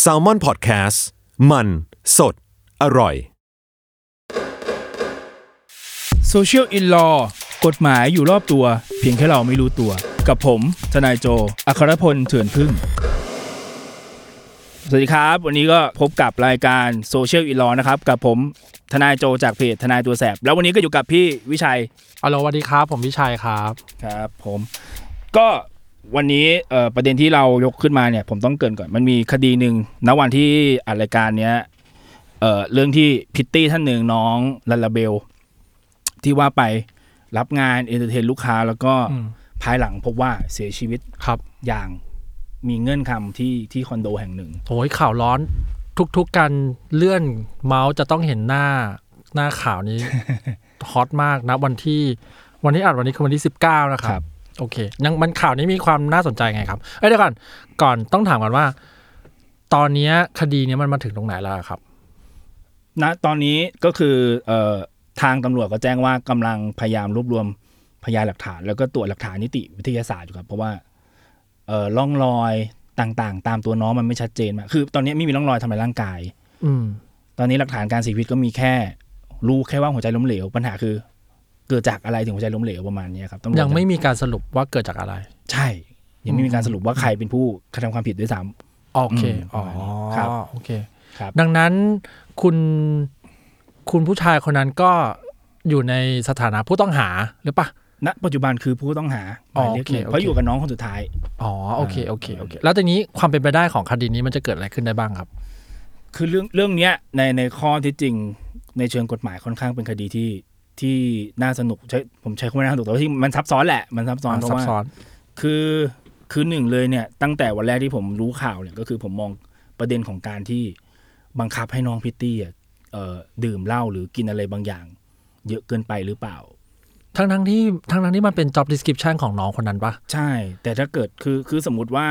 แซลมอนพอดแคสต์มันสดอร่อย Social in Law กฎหมายอยู่รอบตัว เพียงแค่เราไม่รู้ตัว กับผมทนายโจ อัครพลเถื่อนพึ่ง สวัสดีครับ วันนี้ก็พบกับรายการ Social in Law นะครับ กับผมทนายโจจากเพจทนายตัวแสบ แล้ววันนี้ก็อยู่กับพี่วิชัย ฮัลโหลสวัสดีครับ ผมวิชัยครับ ครับผมก็วันนี้เอ่อประเด็นที่เรายกขึ้นมาเนี่ย ผมต้องเกรินก่อนมันมีคดีหนึ่งณวันที่อัดรายการเนี้ยเอ่อเรื่องที่พิตตี้ท่านหนึ่งน้องลาลาเบล ที่ว่าไปรับงานเอนเตอร์เทนลูกค้าแล้วก็ อืม ภายหลังพบว่าเสียชีวิต ครับ อย่างมีเงื่อนคำที่ที่คอนโดแห่งหนึ่ง โอ้ยข่าวร้อน ทุกๆการเลื่อนเมาส์จะต้องเห็นหน้าหน้าข่าวนี้ ฮอตมากนะวันที่ วันที่อัดวันนี้คือวันที่ 19 นะค ครั รับ บ โอเค ยังมันข่าวนี้มีความน่าสนใจไงครับเอ้ยเดี๋ยวก่อน ก่อนต้องถามก่อนว่า ตอนเนี้ยคดีเนี้ยมันมาถึงตรงไหนแล้วอะครับ ณตอนนี้ก็คือเอ่อทางตำรวจก็แจ้งว่ากำลังพยายามรวบรวมพยานหลักฐาน แล้วก็ตรวจหลักฐานนิติวิทยาศาสตร์อยู่ครับ เพราะว่าเอ่อร่องรอยต่างๆ ตามตัวน้องมันไม่ชัดเจนมากคือ ตอนนี้ไม่มีร่องรอยทำลายร่างกาย อืม ตอนนี้หลักฐานการเสียชีวิตก็มีแค่รู้แค่ว่าหัวใจล้มเหลว ปัญหาคือ เกิดจากอะไรถึงหัวใจล้มเหลวประมาณเนี้ยครับตำรวจ ยังไม่มีการสรุปว่าเกิดจากอะไร ใช่ยังไม่มีการสรุปว่าใครเป็นผู้กระทำความผิดด้วยซ้ำ โอเค อืม อ๋อ ครับ โอเค ครับ ดังนั้นคุณคุณผู้ชายคนนั้นก็อยู่ในสถานะผู้ต้องหาหรือปะ ณปัจจุบันคือผู้ต้องหาหมายเลขหนึ่ง อ๋อโอเคโอเค เพราะอยู่กับน้องคนสุดท้าย อ๋อ โอเค โอเค โอเค แล้วทีนี้ความเป็นไปได้ของคดีนี้มันจะเกิดอะไรขึ้นได้บ้างครับ คือเรื่องเรื่องเนี้ยในในข้อที่จริงในเชิงกฎหมายค่อนข้างเป็นคดีที่ที่น่าสนุกใช้ผมใช้คำว่าน่าสนุกแต่ว่าที่มันซับซ้อนแหละมันซับซ้อนเพราะ ซับ ว่า ซ้อน คือคือหนึ่งเลยเนี่ย ตั้งแต่วันแรกที่ผมรู้ข่าวเนี่ยก็คือผมมองประเด็นของการที่บังคับให้น้องพิตตี้อ่ะเอ่อดื่มเหล้าหรือกินอะไรบางอย่าง เยอะเกินไปหรือเปล่า ทั้งทั้งที่ทั้งทั้งที่มันเป็น job description ของน้องคนนั้นปะ ใช่ แต่ถ้าเกิดคือคือสมมติว่า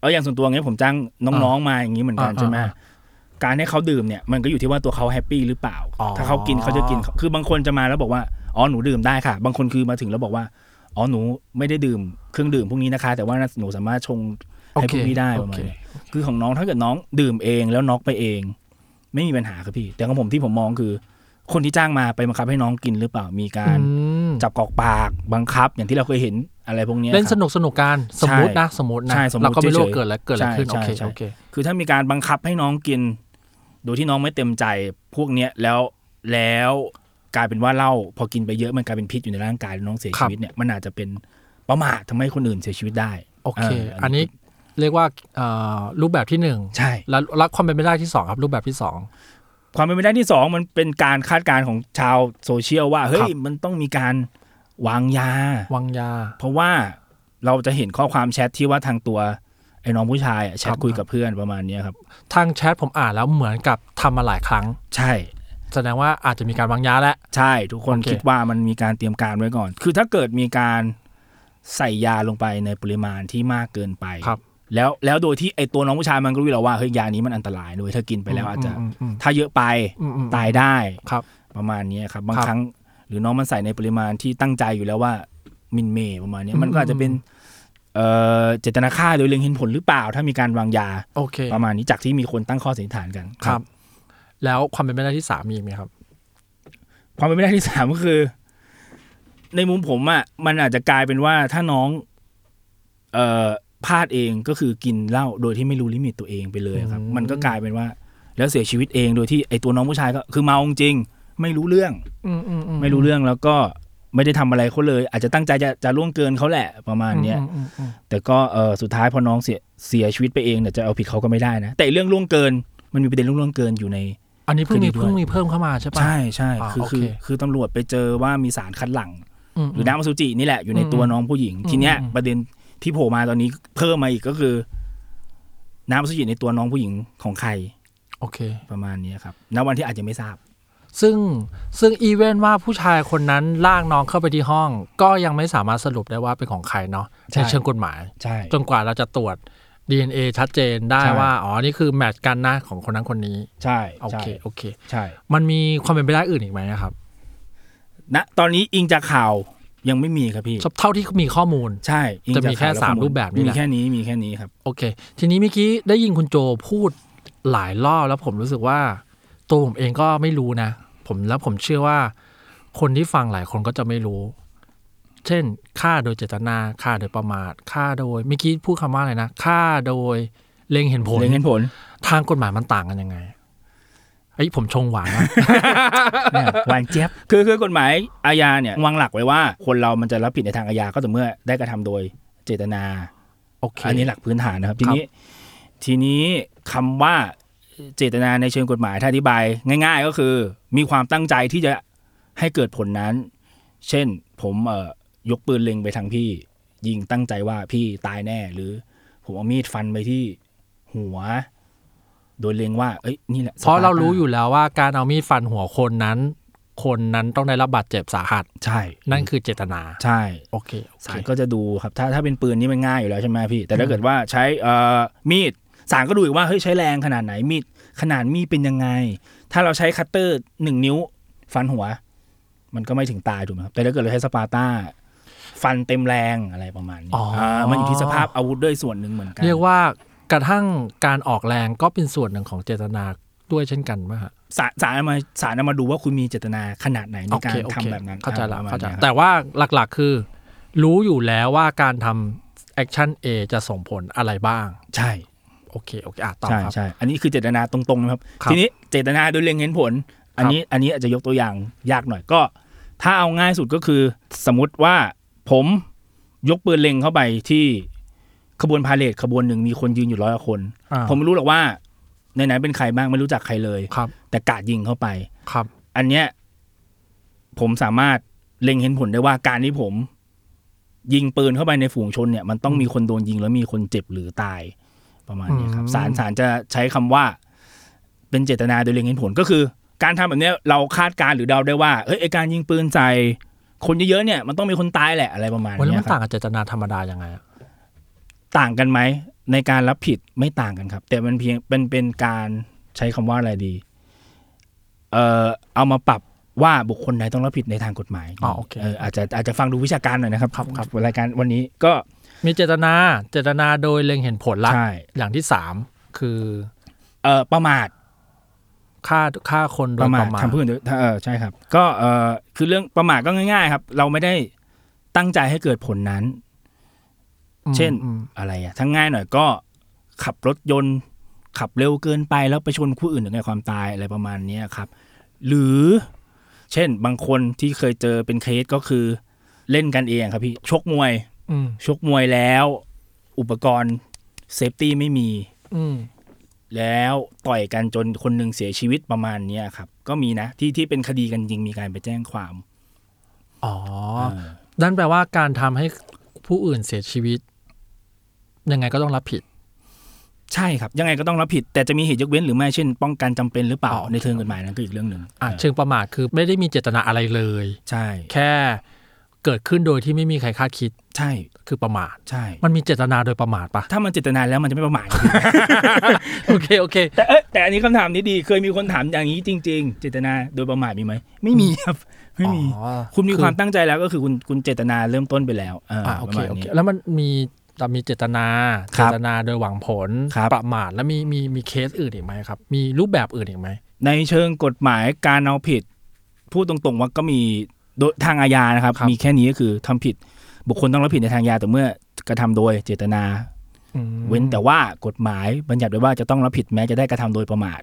เอออย่างส่วนตัวเงี้ยผมจ้างน้องๆมาอย่างนี้เหมือนกัน อ่า ใช่ไหม อ่า การให้เขาดื่มเนี่ยมันก็อยู่ที่ว่าตัวเขาแฮปปี้หรือเปล่า อ๋อ ถ้าเขากินเขาจะกินคือบางคนจะมาแล้วบอกว่าอ๋อหนูดื่มได้ค่ะ บางคนคือมาถึงแล้วบอกว่าอ๋อหนูไม่ได้ดื่มเครื่องดื่มพวกนี้นะคะ แต่ว่าหนูสามารถชงให้พวกนี้ได้ โอ ประมา เค ณนี้คือของน้องถ้าเกิดน้องดื่มเองแล้วน็อกไปเอง ไม่มีปัญหาครับพี่ แต่ของผมที่ผมมองคือ คนที่จ้างมาไปบังคับให้น้องกินหรือเปล่ามีการ อืม จับกอกปากบังคับ อย่างที่เราเคยเห็นอะไรพวกเนี้ย เล่น ครับ สนุกสนุกการสมมตินะ สมมตินะ ใช่สมมุติ เราก็ไม่รู้ว่า เฉยๆ เกิดอะไรเกิดอะไรขึ้น ใช่ โอเค ใช่ โอเค คือถ้ามีการบังคับให้น้องกิน โดยที่น้องไม่เต็มใจพวกเนี้ยแล้วแล้วกลายเป็นว่าเหล้าพอกินไปเยอะมันกลายเป็นพิษอยู่ในร่างกายแล้วน้องเสีย ครั ชี บ วิตเนี่ยมันอาจจะเป็นประมาททำให้คนอื่นเสียชีวิตได้ โอเค า อันนี้เรียกว่าเอ่อรูปแบบที่หนึ่ง ใช่ แล้วแล้วความเป็นไปได้ที่สองครับ รูปแบบที่สอง ความเป็นไปได้ที่สองมันเป็นการคาดการณ์ของชาวโซเชียลว่าเฮ้ ครั ย บ มันต้องมีการวางยา วางยา เพราะว่าเราจะเห็นข้อความแชทที่ว่าทางตัวไอ้น้องผู้ชายอะแชทครับ คุยกับเพื่อนประมาณเนี้ยครับ ทางแชทผมอ่านแล้วเหมือนกับทำมาหลายครั้ง ใช่ แสดงว่าอาจจะมีการวางยาแหละ ใช่ทุกคน โอเค คิดว่ามันมีการเตรียมการไว้ก่อน คือถ้าเกิดมีการใส่ยาลงไปในปริมาณที่มากเกินไป ครับ แล้วแล้วโดยที่ไอตัวน้องผู้ชายมันก็รู้อยู่แล้วว่าเฮ้ยยานี้มันอันตรายเลยถ้ากินไปแล้วอาจจะ มอืม ถ้าเยอะไป อืมอืม ตายได้ ครับ ประมาณนี้ครับ บาง ครับ ครั้ง หรือน้องมันใส่ในปริมาณที่ตั้งใจอยู่แล้วว่ามินเมย์ประมาณนี้ อืม มันก็อาจจะเป็น อืม เอ่อเจตนาฆ่าโดยเล็งเห็นผลหรือเปล่า ถ้ามีการวางยา โอเค ประมาณนี้จากที่มีคนตั้งข้อสันนิษฐานกัน ครับ แล้วความเป็นไปได้ที่สามมีอีกไหมครับ ความเป็นไปได้ที่สามก็คือ ในมุมผมอะ่ะมันอาจจะกลายเป็นว่าถ้าน้อง เอ่อพลาดเองก็คือกินเหล้าโดยที่ไม่รู้ลิมิตตัวเองไปเลยครับ อืม มันก็กลายเป็นว่า แล้วเสียชีวิตเองโดยที่ไอตัวน้องผู้ชายก็คือเมาจริงๆไม่รู้เรื่อง อืมอือื ไม่รู้เรื่องแล้วก็ไม่ได้ทำอะไรเขาเลย อาจจะตั้งใจจะจะล่วงเกินเขาแหละประมาณเนี้ย มอืมอืม แต่ก็เออสุดท้ายพอน้องเสียเสียชีวิตไปเองเนี่ยจะเอาผิดเขาก็ไม่ได้นะแต่เรื่องล่วงเกิน มันมีประเด็นเรื่องล่วงเกินอยู่ใน อันนี้เพิ่งมี ขึ้นอยู่ด้วย เพิ่งมีเพิ่มเข้ามาใช่ปะ ใช่ใช่ อ่า คือคือ โอเค คือตำรวจไปเจอว่ามีสารคัดหลั่ง อืม หรือน้ำอสุจินี่แหละอยู่ใน อืม ตัวน้องผู้หญิง อืม ทีเนี้ย อืม ประเด็นที่โผล่มาตอนนี้เพิ่มมาอีกก็คือ น้ำอสุจิในตัวน้องผู้หญิงของใคร โอเค ประมาณนี้ครับณวันที่อาจจะไม่ทราบ ซึ่งซึ่งอีเวนว่าผู้ชายคนนั้นลากน้องเข้าไปที่ห้อง ก็ยังไม่สามารถสรุปได้ว่าเป็นของใครเนาะ ใช่ ในเชิงกฎหมาย ใช่ จนกว่าเราจะตรวจ DNA ชัดเจนได้ ใช่ ว่า อ๋อ นี่คือแมทช์กันนะของคนนั้นคนนี้ ใช่ โอเค ใช่ โอเค ใช่ มันมีความเป็นไปได้อื่นอีกไหมนะครับ ณตอนนี้อิงจากข่าวยังไม่มีครับพี่ เท่าที่มีข้อมูล ใช่อิง จะมี จากข่ว แค่สาม ล้ว รูปแบบนี้แห มี ละ แค่นี้มีแค่นี้ครับ โอเค ทีนี้เมื่อกี้ได้ยินคุณโจพูดหลายรอบแล้วผมรู้สึกว่า ตัวผมเองก็ไม่รู้นะ ผมแล้วผมเชื่อว่า คนที่ฟังหลายคนก็จะไม่รู้ เช่นฆ่าโดยเจตนาฆ่าโดยประมาทฆ่าโดยเมื่อกี้พูดคำว่าอะไรนะฆ่าโดยเล็งเห็นผล เล็งเห็นผล ทางกฎหมายมันต่างกันยังไงไอ้ยผมชงหวานนะ หวานเจี๊ยบคือคือกฎหมายอาญาเนี่ยวางหลักไว้ว่า คนเรามันจะรับผิดในทางอาญาก็ต่อเมื่อได้กระทำโดยเจตนา โอเค อันนี้หลักพื้นฐานนะครับ ครั ที บ นี้ทีนี้คำว่าเจตนาในเชิงกฎหมายถ้าอธิบาย ง่าย ๆ ก็คือ มีความตั้งใจที่จะให้เกิดผลนั้น เช่นผมเอ่อยกปืนเล็งไปทางพี่ ยิงตั้งใจว่าพี่ตายแน่ หรือผมเอามีดฟันไปที่หัว โดยเล็งว่า เอ้ยนี่แหละ เพราะเรารู้ สปต้ อยู่แล้วว่าการเอามีดฟันหัวคนนั้น คนนั้นต้องได้รับบาดเจ็บสาหัส ใช่ นั่นคือเจตนา ใช่ โอเคโอเค ศาลก็จะดูครับ ถ้าถ้าเป็นปืนนี่มันง่ายอยู่แล้วใช่ไหมพี่ แต่ถ้าเกิดว่าใช้เอ่อมีดศาลก็ดูอีกว่าเฮ้ยใช้แรงขนาดไหนมีดขนาดมีดเป็นยังไง ถ้าเราใช้คัตเตอร์หนึ่งนิ้ว ฟันหัว มันก็ไม่ถึงตายถูกไหมครับแต่ถ้าเกิดเราใช้สปาร์ต้า ฟันเต็มแรงอะไรประมาณนี้ อ๋ออ่ ามันอยู่ที่สภาพอาวุธด้วยส่วนหนึ่งเหมือนกัน เรียกว่ากระทั่งการออกแรงก็เป็นส่วนหนึ่งของเจตนาด้วยเช่นกันไหมฮะ ศาลศาลเอามาศาลเอามาดูว่าคุณมีเจตนาขนาดไหนใน โอ การ เคโอ ทำ เค แบบนั้น เข้าใจละ อ่ประมณ เข้าใจ นี้ครับ แต่ว่าหลักๆคือ รู้อยู่แล้วว่าการทำแอคชั่น A จะส่งผลอะไรบ้าง ใช่ โอเคโอเคอ่ะต่อ ใช่ ครับ ใช่ อันนี้คือเจตนาตรงๆนะครับ ครับ ทีนี้เจตนาโดยเล็งเห็นผล อันนี้อันนี้อาจจะยกตัวอย่างยากหน่อยก็ ถ้าเอาง่ายสุดก็คือ สมมติว่าผมยกปืนเล็งเข้าไปที่ขบวนพาเลทขบวนหนึ่งมีคนยืนอยู่ร้อยกว่าคน อ่า ผมไม่รู้หรอกว่าไหนๆเป็นใครบ้างไม่รู้จักใครเลย ครับ แต่กราดยิงเข้าไป ครับ อันเนี้ยผมสามารถเล็งเห็นผลได้ว่าการที่ผม ยิงปืนเข้าไปในฝูงชนเนี่ย มันต้องมีคนโดนยิงแล้วมีคนเจ็บหรือตายประมาณเนี้ยครับศาลศาลจะใช้คำว่า เป็นเจตนาโดยเล็งเห็นผลก็คือ การทำแบบเนี้ยเราคาดการณ์หรือเดาได้ว่าเอ้ยไอ้การยิงปืนใส่คนเยอะๆเนี่ยมันต้องมีคนตายแหละอะไรประมาณ วันนี้ เนี้ยมัน ครัต่าง บ กับเจตนาธรรมดายังไงอะ ต่างกันไหมในการรับผิดไม่ต่างกันครับ แต่มันเพียงเป็นเป็นการใช้คำว่าอะไรดี เอ่อเอามาปรับว่าบุคคลใดต้องรับผิดในทางกฎหมาย อ๋อโอเค เอออาจจะอาจจะฟังดูวิชาการหน่อยนะครับ ครับครับ รายการวันนี้ก็ มีเจตนาเจตนาโดยเล็งเห็นผลละ ใช่ อย่างที่สามคือ เออประมาท ฆ่าฆ่าคนโด ป ย ระมา ป ท ระมาท ทำเพื่อนโดยเออใช่ครับ ก็เออคือเรื่องประมาทก็ง่าย ๆ ครับ เราไม่ได้ตั้งใจให้เกิดผลนั้น อืม เช่น อืม อะไรอะทั้งง่ายหน่อยก็ขับรถยนต์ ขับเร็วเกินไปแล้วไปชนผู้อื่นถึงแก่ความตายอะไรประมาณเนี้ยครับ หรือ เช่นบางคนที่เคยเจอเป็นเคสก็คือเล่นกันเองครับพี่ชกมวย อืม ชกมวยแล้ว อุปกรณ์เซฟตี้ไม่มี อืม แล้วต่อยกันจนคนหนึ่งเสียชีวิตประมาณเนี้ยครับ ก็มีนะที่ที่เป็นคดีกันจริงมีการไปแจ้งความ อ๋อ เออ นั่นแปลว่าการทำให้ผู้อื่นเสียชีวิต ยังไงก็ต้องรับผิด ใช่ครับ ยังไงก็ต้องรับผิด แต่จะมีเหตุยกเว้นหรือไม่เช่น ป้องกันจำเป็นหรือเปล่า อ๋อ ในเชิงกฎหมายนั้นก็อีกเรื่องหนึ่ง อ่ะ เออ เชิงประมาทคือไม่ได้มีเจตนาอะไรเลย ใช่ แค่เกิดขึ้นโดยที่ไม่มีใครคาดคิด ใช่ คือประมาท ใช่ มันมีเจตนาโดยประมาทปะ ถ้ามันเจตนาแล้วมันจะไม่ประมาท โอเคโอเค แต่เอ้ยแต่อันนี้คำถามนี้ดี เคยมีคนถามอย่างนี้จริง ๆ เจตนาโดยประมาทมีไหมไม่มี ครับ ไม่มี อ๋อ คุณมี คือ ความตั้งใจแล้วก็คือคุณคุณเจตนาเริ่มต้นไปแล้วเออ อ่ะโอ ป เค ระมาณ โอเค นี้ แล้วมันมีแต่มีเจตนา ค เจ รับ ตนาโดยหวังผล ครับ ประมาทแล้วมีมีมีเคสอื่นอีกไหมครับ มีรูปแบบอื่นอีกไหม ในเชิงกฎหมายการเอาผิด พูดตรงๆว่าก็มีโดยทางอาญานะครับ ครับ มีแค่นี้ก็คือทำผิด บุคคลต้องรับผิดในทางยาแต่เมื่อกระทำโดยเจตนา อืม เว้นแต่ว่ากฎหมายบัญญัติไว้ว่าจะต้องรับผิดแม้จะได้กระทำโดยประมาท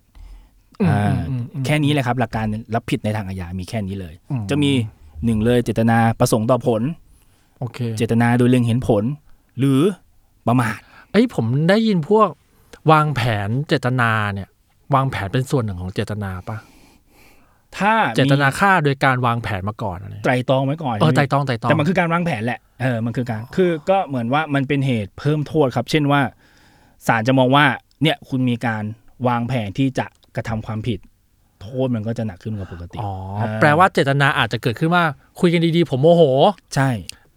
อืม อ่า อืมอืม แค่นี้แหละครับ หลักการรับผิดในทางอาญามีแค่นี้เลย อืม จะมีหนึ่งเลยเจตนาประสงค์ต่อผล โอเค เจตนาโดยเล็งเห็นผล หรือประมาท เอ้ยผมได้ยินพวกวางแผนเจตนาเนี่ย วางแผนเป็นส่วนหนึ่งของเจตนาปะ ถ้ามี เจตนาฆ่าโดยการวางแผนมาก่อนอะไร ไตรตรองไว้ก่อน เออไต่ตองไต่ตอง แต่มันคือการวางแผนแหละ เออ มันคือการ คือก็เหมือนว่ามันเป็นเหตุเพิ่มโทษครับ เช่นว่าศาลจะมองว่า เนี่ยคุณมีการวางแผนที่จะกระทำความผิด โทษมันก็จะหนักขึ้นกว่าปกติ อ๋ออา แปลว่าเจตนาอาจจะเกิดขึ้นว่าคุยกันดีๆ ผมโมโห ใช่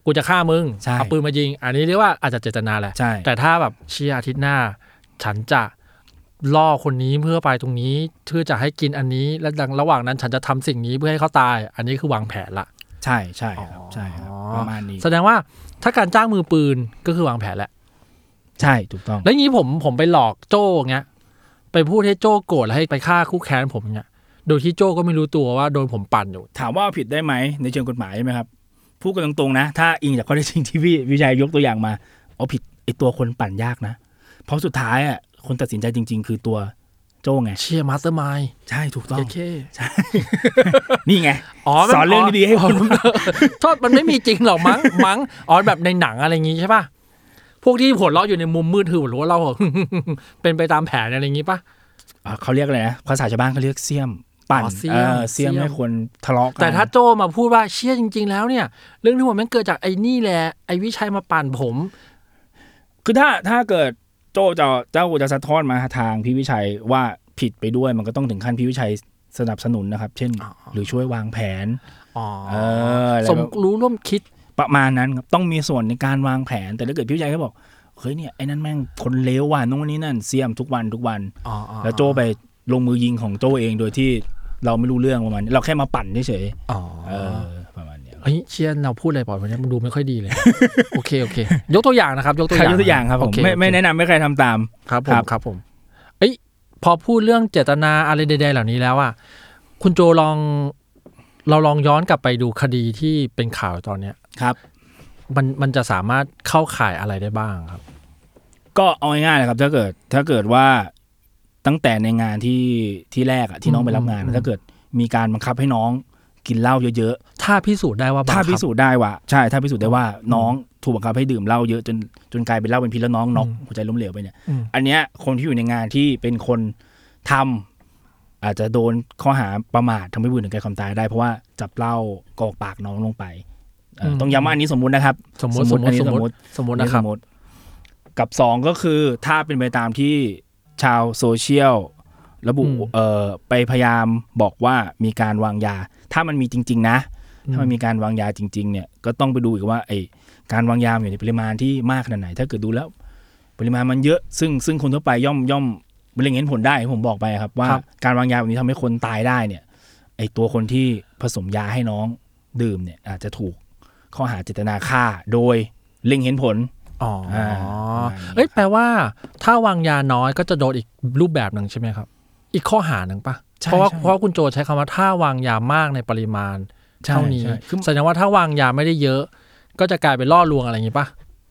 กูจะฆ่ามึง ใช่ เอาปืนมายิง อันนี้เรียกว่าอาจจะเจตนาแหละ ใช่ แต่ถ้าแบบเชียร์อาทิตย์หน้า ฉันจะล่อคนนี้เพื่อไปตรงนี้เพื่อจะให้กินอันนี้ และดังระหว่างนั้นฉันจะทำสิ่งนี้เพื่อให้เขาตาย อันนี้คือวางแผนละ ใช่ใช่ครับใช่ครับ อ๋อ ประมาณนี้ แสดงว่าถ้าการจ้างมือปืนก็คือวางแผนแหละ ใช่ถูกต้อง แล้วอย่างนี้ผมผมไปหลอกโจ้เงี้ยไปพูดให้โจ้โกรธแล้วให้ไปฆ่าคู่แค้นผมเงี้ยโดยที่โจ้ก็ไม่รู้ตัวว่าโดนผมปั่นอยู่ ถามว่าผิดได้ไหมในเชิงกฎหมายใช่ไหมครับพูดกันตรงๆนะ ถ้าอิงจากข้อเท็จจริงที่พี่วิชัยยกตัวอย่างมาเอาผิดไอตัวคนปั่นยากนะ เพราะสุดท้ายอ่ะคนตัดสินใจจริง ๆ คือตัวโจ้ไง เชียร์มาสเตอร์มายด์ ใช่ถูกต้อง เจ๊เค นี่ไง อ๋อมั สอนเรื่องดีๆให้คน อ๋ อโทษมันไม่มีจริงหรอกมั้งมั้งอ๋อแบบในหนังอะไรอย่างงี้ใช่ป่ะพวกที่หัวเราะอยู่ในมุมมืดคือหัวเราะ เรา เป็นไปตามแผนอะไรอย่างงี้ป่ะ อ่ะเขาเรียกอะไรนะภาษาชาวบ้านเขาเรียกเสียม ปั่น อ๋อเสี้ยม เออเสียม เสี้ยม ให้คนทะเลาะกัน แต่ถ้าโจมาพูดว่าเชี่ยจริง ๆ แล้วเนี่ย เรื่องที่ผมมันเกิดจากไอ้นี่แหละไอ้วิชัยมาปั่นผม คือถ้าถ้าเกิดโจ้จะเจ้าจะสะท้อนมาทางพี่วิชัยว่าผิดไปด้วยมันก็ต้องถึงขั้นพี่วิชัยสนับสนุนนะครับ เช่น อ๋อ หรือช่วยวางแผน อ๋อ เออแล้ว สมรู้ร่วมคิด ประมาณนั้นครับต้องมีส่วนในการวางแผน แต่ถ้าเกิดพี่วิชัยเขาบอกเฮ้ยเนี่ยไอ้นั่นแม่งคนเลวว่ะนู่นนี่นั่นเสียมทุกวันทุกวัน อ๋ออ๋อ แล้วโจ้ไปลงมือยิงของโจ้เองโดยที่เราไม่รู้เรื่องประมาณนี้เราแค่มาปั่นเฉย อ๋อ ๆเออประมาณเนี้ย เฮ้ยเชียร์เราพูดอะไรบ่อยวันนี้มึงดูไม่ค่อยดีเลย โอเคโอเค ยกตัวอย่างนะครับ ยกตัวอ ใคร ย่าง ยกตัวอย่างครับผ โ มไม่ไม่แนะนำไม่ใครทำตาม ครับผ ครั ม บ ครับผมเอ้ยพอพูดเรื่องเจตนาอะไรใดๆเหล่านี้แล้วอ่ะคุณโจลองเราลองย้อนกลับไปดูคดีที่เป็นข่าวตอนเนี้ย ครับ มันมันจะสามารถเข้าข่ายอะไรได้บ้างครับ ก็เอาง่ายๆเลยครับ ถ้าเกิดถ้าเกิดว่าตั้งแต่ในงานที่ที่แรกอะที่น้องไปรับงาน อืม ถ้าเกิดมีการบังคับให้น้องกินเหล้าเยอะ ถ้าพิสูจน์ได้ว่า ๆถ้าพิสูจน์ได้ว่าใช่ถ้าพิสูจน์ได้ว่าน้องถูกบังคับให้ดื่มเหล้าเยอะจนจนกลายเป็นเหล้าเป็นพิษแล้วน้องน็อกหัวใจล้มเหลวไปเนี่ย อันเนี้ยคนที่อยู่ในงานที่เป็นคนทำอาจจะโดนข้อหาประมาททำให้ผู้อื่นถึงแก่ความตายได้ เพราะว่าจับเหล้ากรอกปากน้องลงไปเอ่อต้องย้ำว่าอันนี้สมมุตินะครับ สมมติสมม อัน ติ นี้ สม สม ม ม ติ ติ สมมตินะครับ สมมติกับสองก็คือถ้าเป็นไปตามที่ชาวโซเชียลระบุ อืม เอ่อไปพยายามบอกว่ามีการวางยา ถ้ามันมีจริง ๆ นะ ถ้ามันมีการวางยาจริง ๆ เนี่ยก็ต้องไปดูอีกว่าไอการวางยามันอยู่ในปริมาณที่มากขนาดไหน ถ้าเกิดดูแล้ว ปริมาณมันเยอะ ซึ่งซึ่งคนทั่วไปย่อมย่อมเล็งเห็นผลได้ผมบอกไปครับว่า ครับ การวางยาแบบนี้ทำให้คนตายได้เนี่ยไอตัวคนที่ผสมยาให้น้องดื่มเนี่ยอาจจะถูกข้อหาเจตนาฆ่าโดยเล็งเห็นผล อ๋ออา เอ้ยแปลว่า ถ้าวางยาน้อยก็จะโดนอีกรูปแบบหนึ่งใช่ไหมครับ อีกข้อหาหนึ่งปะ ใช่ เพราะว่า ใช่ เพราะว่าคุณโจใช้คำว่าถ้าวางยามากในปริมาณ ใช่ เท่านี้ ใช่คือ แสดงว่าถ้าวางยาไม่ได้เยอะ ก็จะกลายเป็นล่อลวงอะไรอย่างงี้ปะ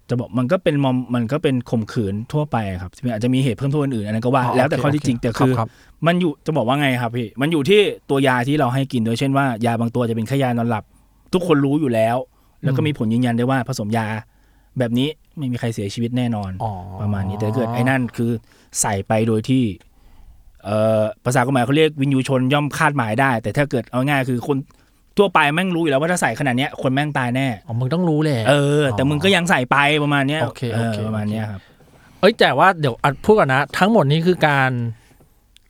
จะบอกมันก็เป็นมอมมันก็เป็นข่มขืนทั่วไปครับที่มันอาจจะมีเหตุเพิ่มโทษอื่นๆอันนั้นก็ว่า อ๋อ แล้วแต่ โอเค ข้อที่จริง โอเค แต่คือ ครับ มันอยู่จะบอกว่าไงครับพี่มันอยู่ที่ตัวยาที่เราให้กินโดยเช่นว่ายาบางตัวจะเป็นแค่ยานอนหลับ ทุกคนรู้อยู่แล้ว แล้วก็มีผลยืนยันได้ว่าผสมยา แบบนี้ไม่มีใครเสียชีวิตแน่นอน อ๋อ ประมาณนี้แต่ถ้าเกิดไอ้นั่นคือใส่ไปโดยที่เอ่อภาษากฎหมายเขาเรียกวินยูชนย่อมคาดหมายได้ แต่ถ้าเกิดเอาง่ายๆคือคนทั่วไปแม่งรู้อยู่แล้วว่าถ้าใส่ขนาดเนี้ยคนแม่งตายแน่ อ๋อมึงต้องรู้แหละ เออ แต่มึงก็ยังใส่ไปประมาณเนี้ย โอเคโอเค ประมาณเนี้ยครับ เอ้ยแต่ว่าเดี๋ยวอัดพูดก่อนนะ ทั้งหมดนี้คือการ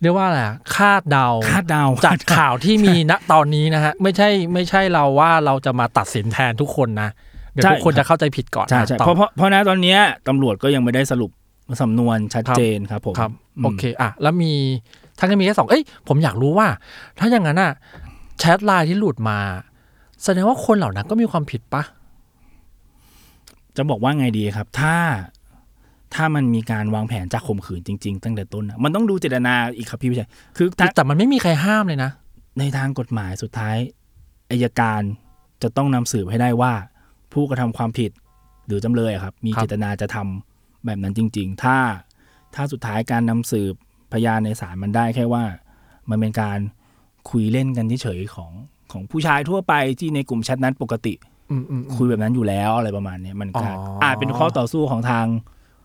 เรียกว่าอะไรอะคาดเดา คาดเดา จากข่าวที่ มีณตอนนี้นะฮะ ไม่ใช่ไม่ใช่เราว่าเราจะมาตัดสินแทนทุกคนนะเดี๋ยวทุกคนจะเข้าใจผิดก่อน ใช่ใช่ ต่อ เพราะเพราะเพราะนะตอนเนี้ยตำรวจก็ยังไม่ได้สรุปสำนวนชัด ครับ เจนครับผม ครับ ม โอเคอ่ะแล้วมีทั้งนี้มีแค่สองเอ้ยผมอยากรู้ว่า ถ้าอย่างนั้นอ่ะแชทไลน์ที่หลุดมา แสดงว่าคนเหล่านั้นก็มีความผิดปะ จะบอกว่าไงดีครับ ถ้าถ้ามันมีการวางแผนจะข่มขืนจริง ๆ ตั้งแต่ต้นนะมันต้องดูเจตนาอีกครับพี่วิชัยคือถ้า แต่มันไม่มีใครห้ามเลยนะ ในทางกฎหมายสุดท้ายอายการจะต้องนำสืบให้ได้ว่า ผู้กระทำความผิดหรือจำเลยอะครับ มี ครับ เจตนาจะทำแบบนั้นจริง ๆ ถ้าถ้าสุดท้ายการนำสืบพยานในศาลมันได้แค่ว่า มันเป็นการคุยเล่นกันเฉยๆของของผู้ชายทั่วไปที่ในกลุ่มแชทนั้นปกติ อืมอืมอืม คุยแบบนั้นอยู่แล้วอะไรประมาณเนี้ยมันก็ อ๋ออ อาจเป็นข้อต่อสู้ของทาง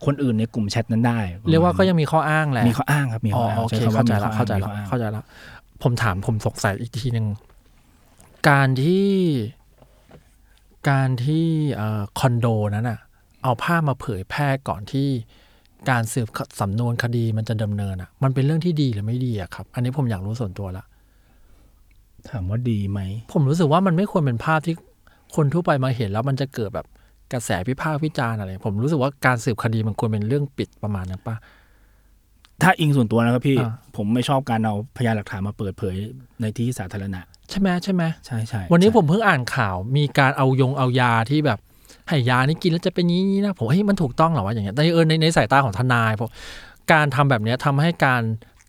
คนอื่นในกลุ่มแชทนั้นได้ เรียกว่าก็ยังมีข้ออ้างแหละ มีข้ออ้างครับมี อ๋ ข้ อ ออ้าง โอเค ช้ำว่ เข้าใจ มีข้ออ้งละเข้าใจละ มีข้ออ้ง เข้าใจละผมถามผมสงสัยอีกทีหนึ่งการที่การที่เอ่อคอนโดนั้นอ่ะ เอาภาพมาเผยแพร่ก่อนที่ การสืบสำนวนคดีมันจะดำเนินอ่ะ มันเป็นเรื่องที่ดีหรือไม่ดีอะครับ อันนี้ผมอยากรู้ส่วนตัวละ ถามว่าดีไหม ผมรู้สึกว่ามันไม่ควรเป็นภาพที่คนทั่วไปมาเห็นแล้วมันจะเกิดแบบกระแสพิพากษ์วิจารณ์อะไร ผมรู้สึกว่าการสืบคดีมันควรเป็นเรื่องปิดประมาณนั้นปะ ถ้าอิงส่วนตัวนะครับพี่ อ่า ผมไม่ชอบการเอาพยานหลักฐานมาเปิดเผยในที่สาธารณะ ใช่ไหมใช่ไหม ใช่ใช่ วันนี้ ใช่ ผมเพิ่งอ่านข่าวมีการเอายงเอายาที่แบบให้ยานี่กินแล้วจะเป็นอย่างนี้นะผมเฮ้ยมันถูกต้องเหรอวะอย่างเงี้ยแต่เออในในสายตาของทนายผมการทำแบบเนี้ยทำให้การ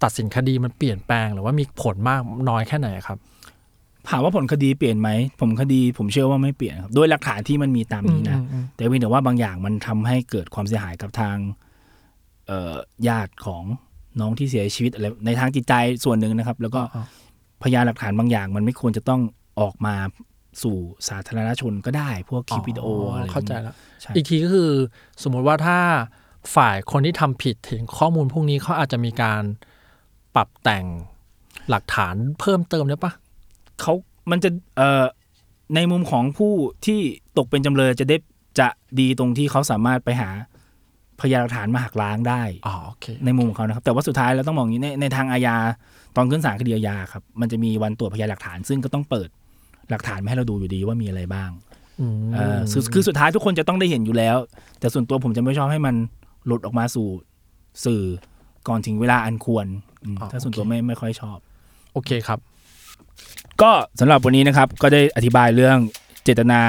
ตัดสินคดีมันเปลี่ยนแปลงหรือว่ามีผลมากน้อยแค่ไหนครับ ถามว่าผลคดีเปลี่ยนไหม ผมคดีผมเชื่อว่าไม่เปลี่ยนครับด้วยหลักฐานที่มันมีตามนี้นะ อืมอืมอืม แต่เพียงแต่ว่าบางอย่างมันทำให้เกิดความเสียหายกับทางเอ่อญาติของน้องที่เสียชีวิตอะไรในทางจิตใจส่วนหนึ่งนะครับ แล้วก็ อ่า พยานหลักฐานบางอย่าง มันไม่ควรจะต้องออกมาสู่สาธารณชนก็ได้ พวกคลิปวิดีโออะไร เข้าใจแล้ว ใช่ อีกทีก็คือสมมุติว่าถ้าฝ่ายคนที่ทำผิดเห็นข้อมูลพวกนี้เขาอาจจะมีการปรับแต่งหลักฐานเพิ่มเติมได้ปะ เขามันจะเอ่อในมุมของผู้ที่ตกเป็นจำเลยจะได้จะดีตรงที่เขาสามารถไปหาพยานหลักฐานมาหักล้างได้ อ๋อโอเค ในมุมของเขานะครับแต่ว่าสุดท้ายเราต้องมองอย่างนี้ในในทางอาญาตอนขึ้นศาลคดีอาญาครับมันจะมีวันตรวจพยานหลักฐาน ซึ่งก็ต้องเปิดหลักฐานมาให้เราดูอยู่ดีว่ามีอะไรบ้าง อืม เอ่อคือคือสุดท้ายทุกคนจะต้องได้เห็นอยู่แล้ว แต่ส่วนตัวผมจะไม่ชอบให้มันหลุดออกมาสู่สื่อก่อนถึงเวลาอันควรอืม อ๋อ ถ้าส่วนตัว โอเค ไม่ไม่ค่อยชอบ โอเคครับ ก็สำหรับวันนี้นะครับก็ได้อธิบายเรื่องเจตนา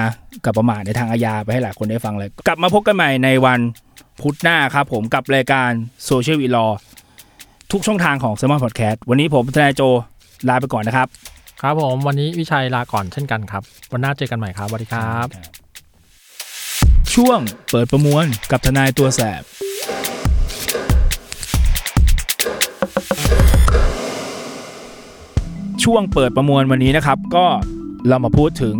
กับประมาทในทางอาญาไปให้หลายคนได้ฟังเลย กลับมาพบกันใหม่ในวันพุธหน้าครับผมกับรายการโซเชียลวีลอทุกช่องทางของ s ซมอนพอดแคสต์วันนี้ผมทนายโจลาไปก่อนนะครับ ครับผมวันนี้วิชัยลาก่อนเช่นกันครับ วันหน้าเจอกันใหม่ครับสวัสดีครับ ช่วงเปิดประมวลกับทนายตัวแสบ ช่วงเปิดประมวลวันนี้นะครับ ก็เรามาพูดถึง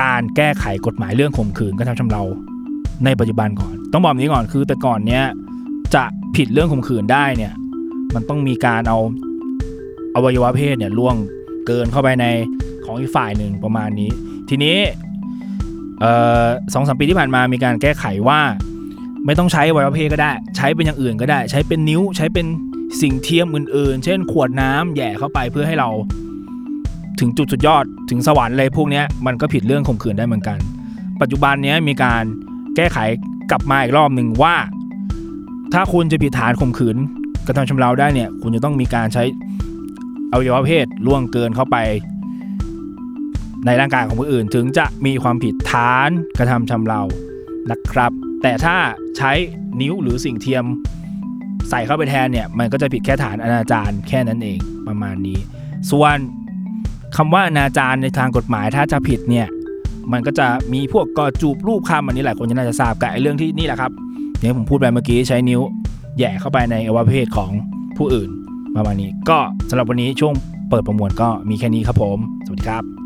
การแก้ไขกฎหมายเรื่องข่มขืนกระทำชำเราในปัจจุบันก่อน ต้องบอกแบบนี้ก่อนคือแต่ก่อนเนี้ยจะผิดเรื่องข่มขืนได้เนี่ย มันต้องมีการเอาอวัยวะเพศเนี่ยล่วงเกินเข้าไปในของอีกฝ่ายหนึ่งประมาณนี้ ทีนี้ เอ่อสองสามปีที่ผ่านมามีการแก้ไขว่า ไม่ต้องใช้ไวรัลเพศก็ได้ ใช้เป็นอย่างอื่นก็ได้ ใช้เป็นนิ้ว ใช้เป็นสิ่งเทียมอื่นๆ เช่น ขวดน้ำแหย่เข้าไปเพื่อให้เรา ถึงจุดสุดยอดถึงสวรรค์อะไรพวกเนี้ยมันก็ผิดเรื่องข่มขืนได้เหมือนกัน ปัจจุบันเนี้ยมีการแก้ไขกลับมาอีกรอบหนึ่งว่า ถ้าคุณจะผิดฐานข่มขืนกระทำชำเราได้เนี่ย คุณจะต้องมีการใช้อวัยวะเพศล่วงเกินเข้าไป ในร่างกายของผู้อื่นถึงจะมีความผิดฐานกระทำชำเรานะครับ แต่ถ้าใช้นิ้วหรือสิ่งเทียมใส่เข้าไปแทนเนี่ย มันก็จะผิดแค่ฐานอนาจารแค่นั้นเองประมาณนี้ ส่วนคำว่าอนาจารในทางกฎหมายถ้าจะผิดเนี่ย มันก็จะมีพวกกอจูบรูปคำอันนี้หลายคนจะน่าจะทราบกับไอ้เรื่องที่นี่แหละครับอย่างที่ผมพูดไปเมื่อกี้ใช้นิ้วแหย่เข้าไปในอวัยวะเพศของผู้อื่นประมาณนี้ ก็สำหรับวันนี้ช่วงเปิดประมวลก็มีแค่นี้ครับผม สวัสดีครับ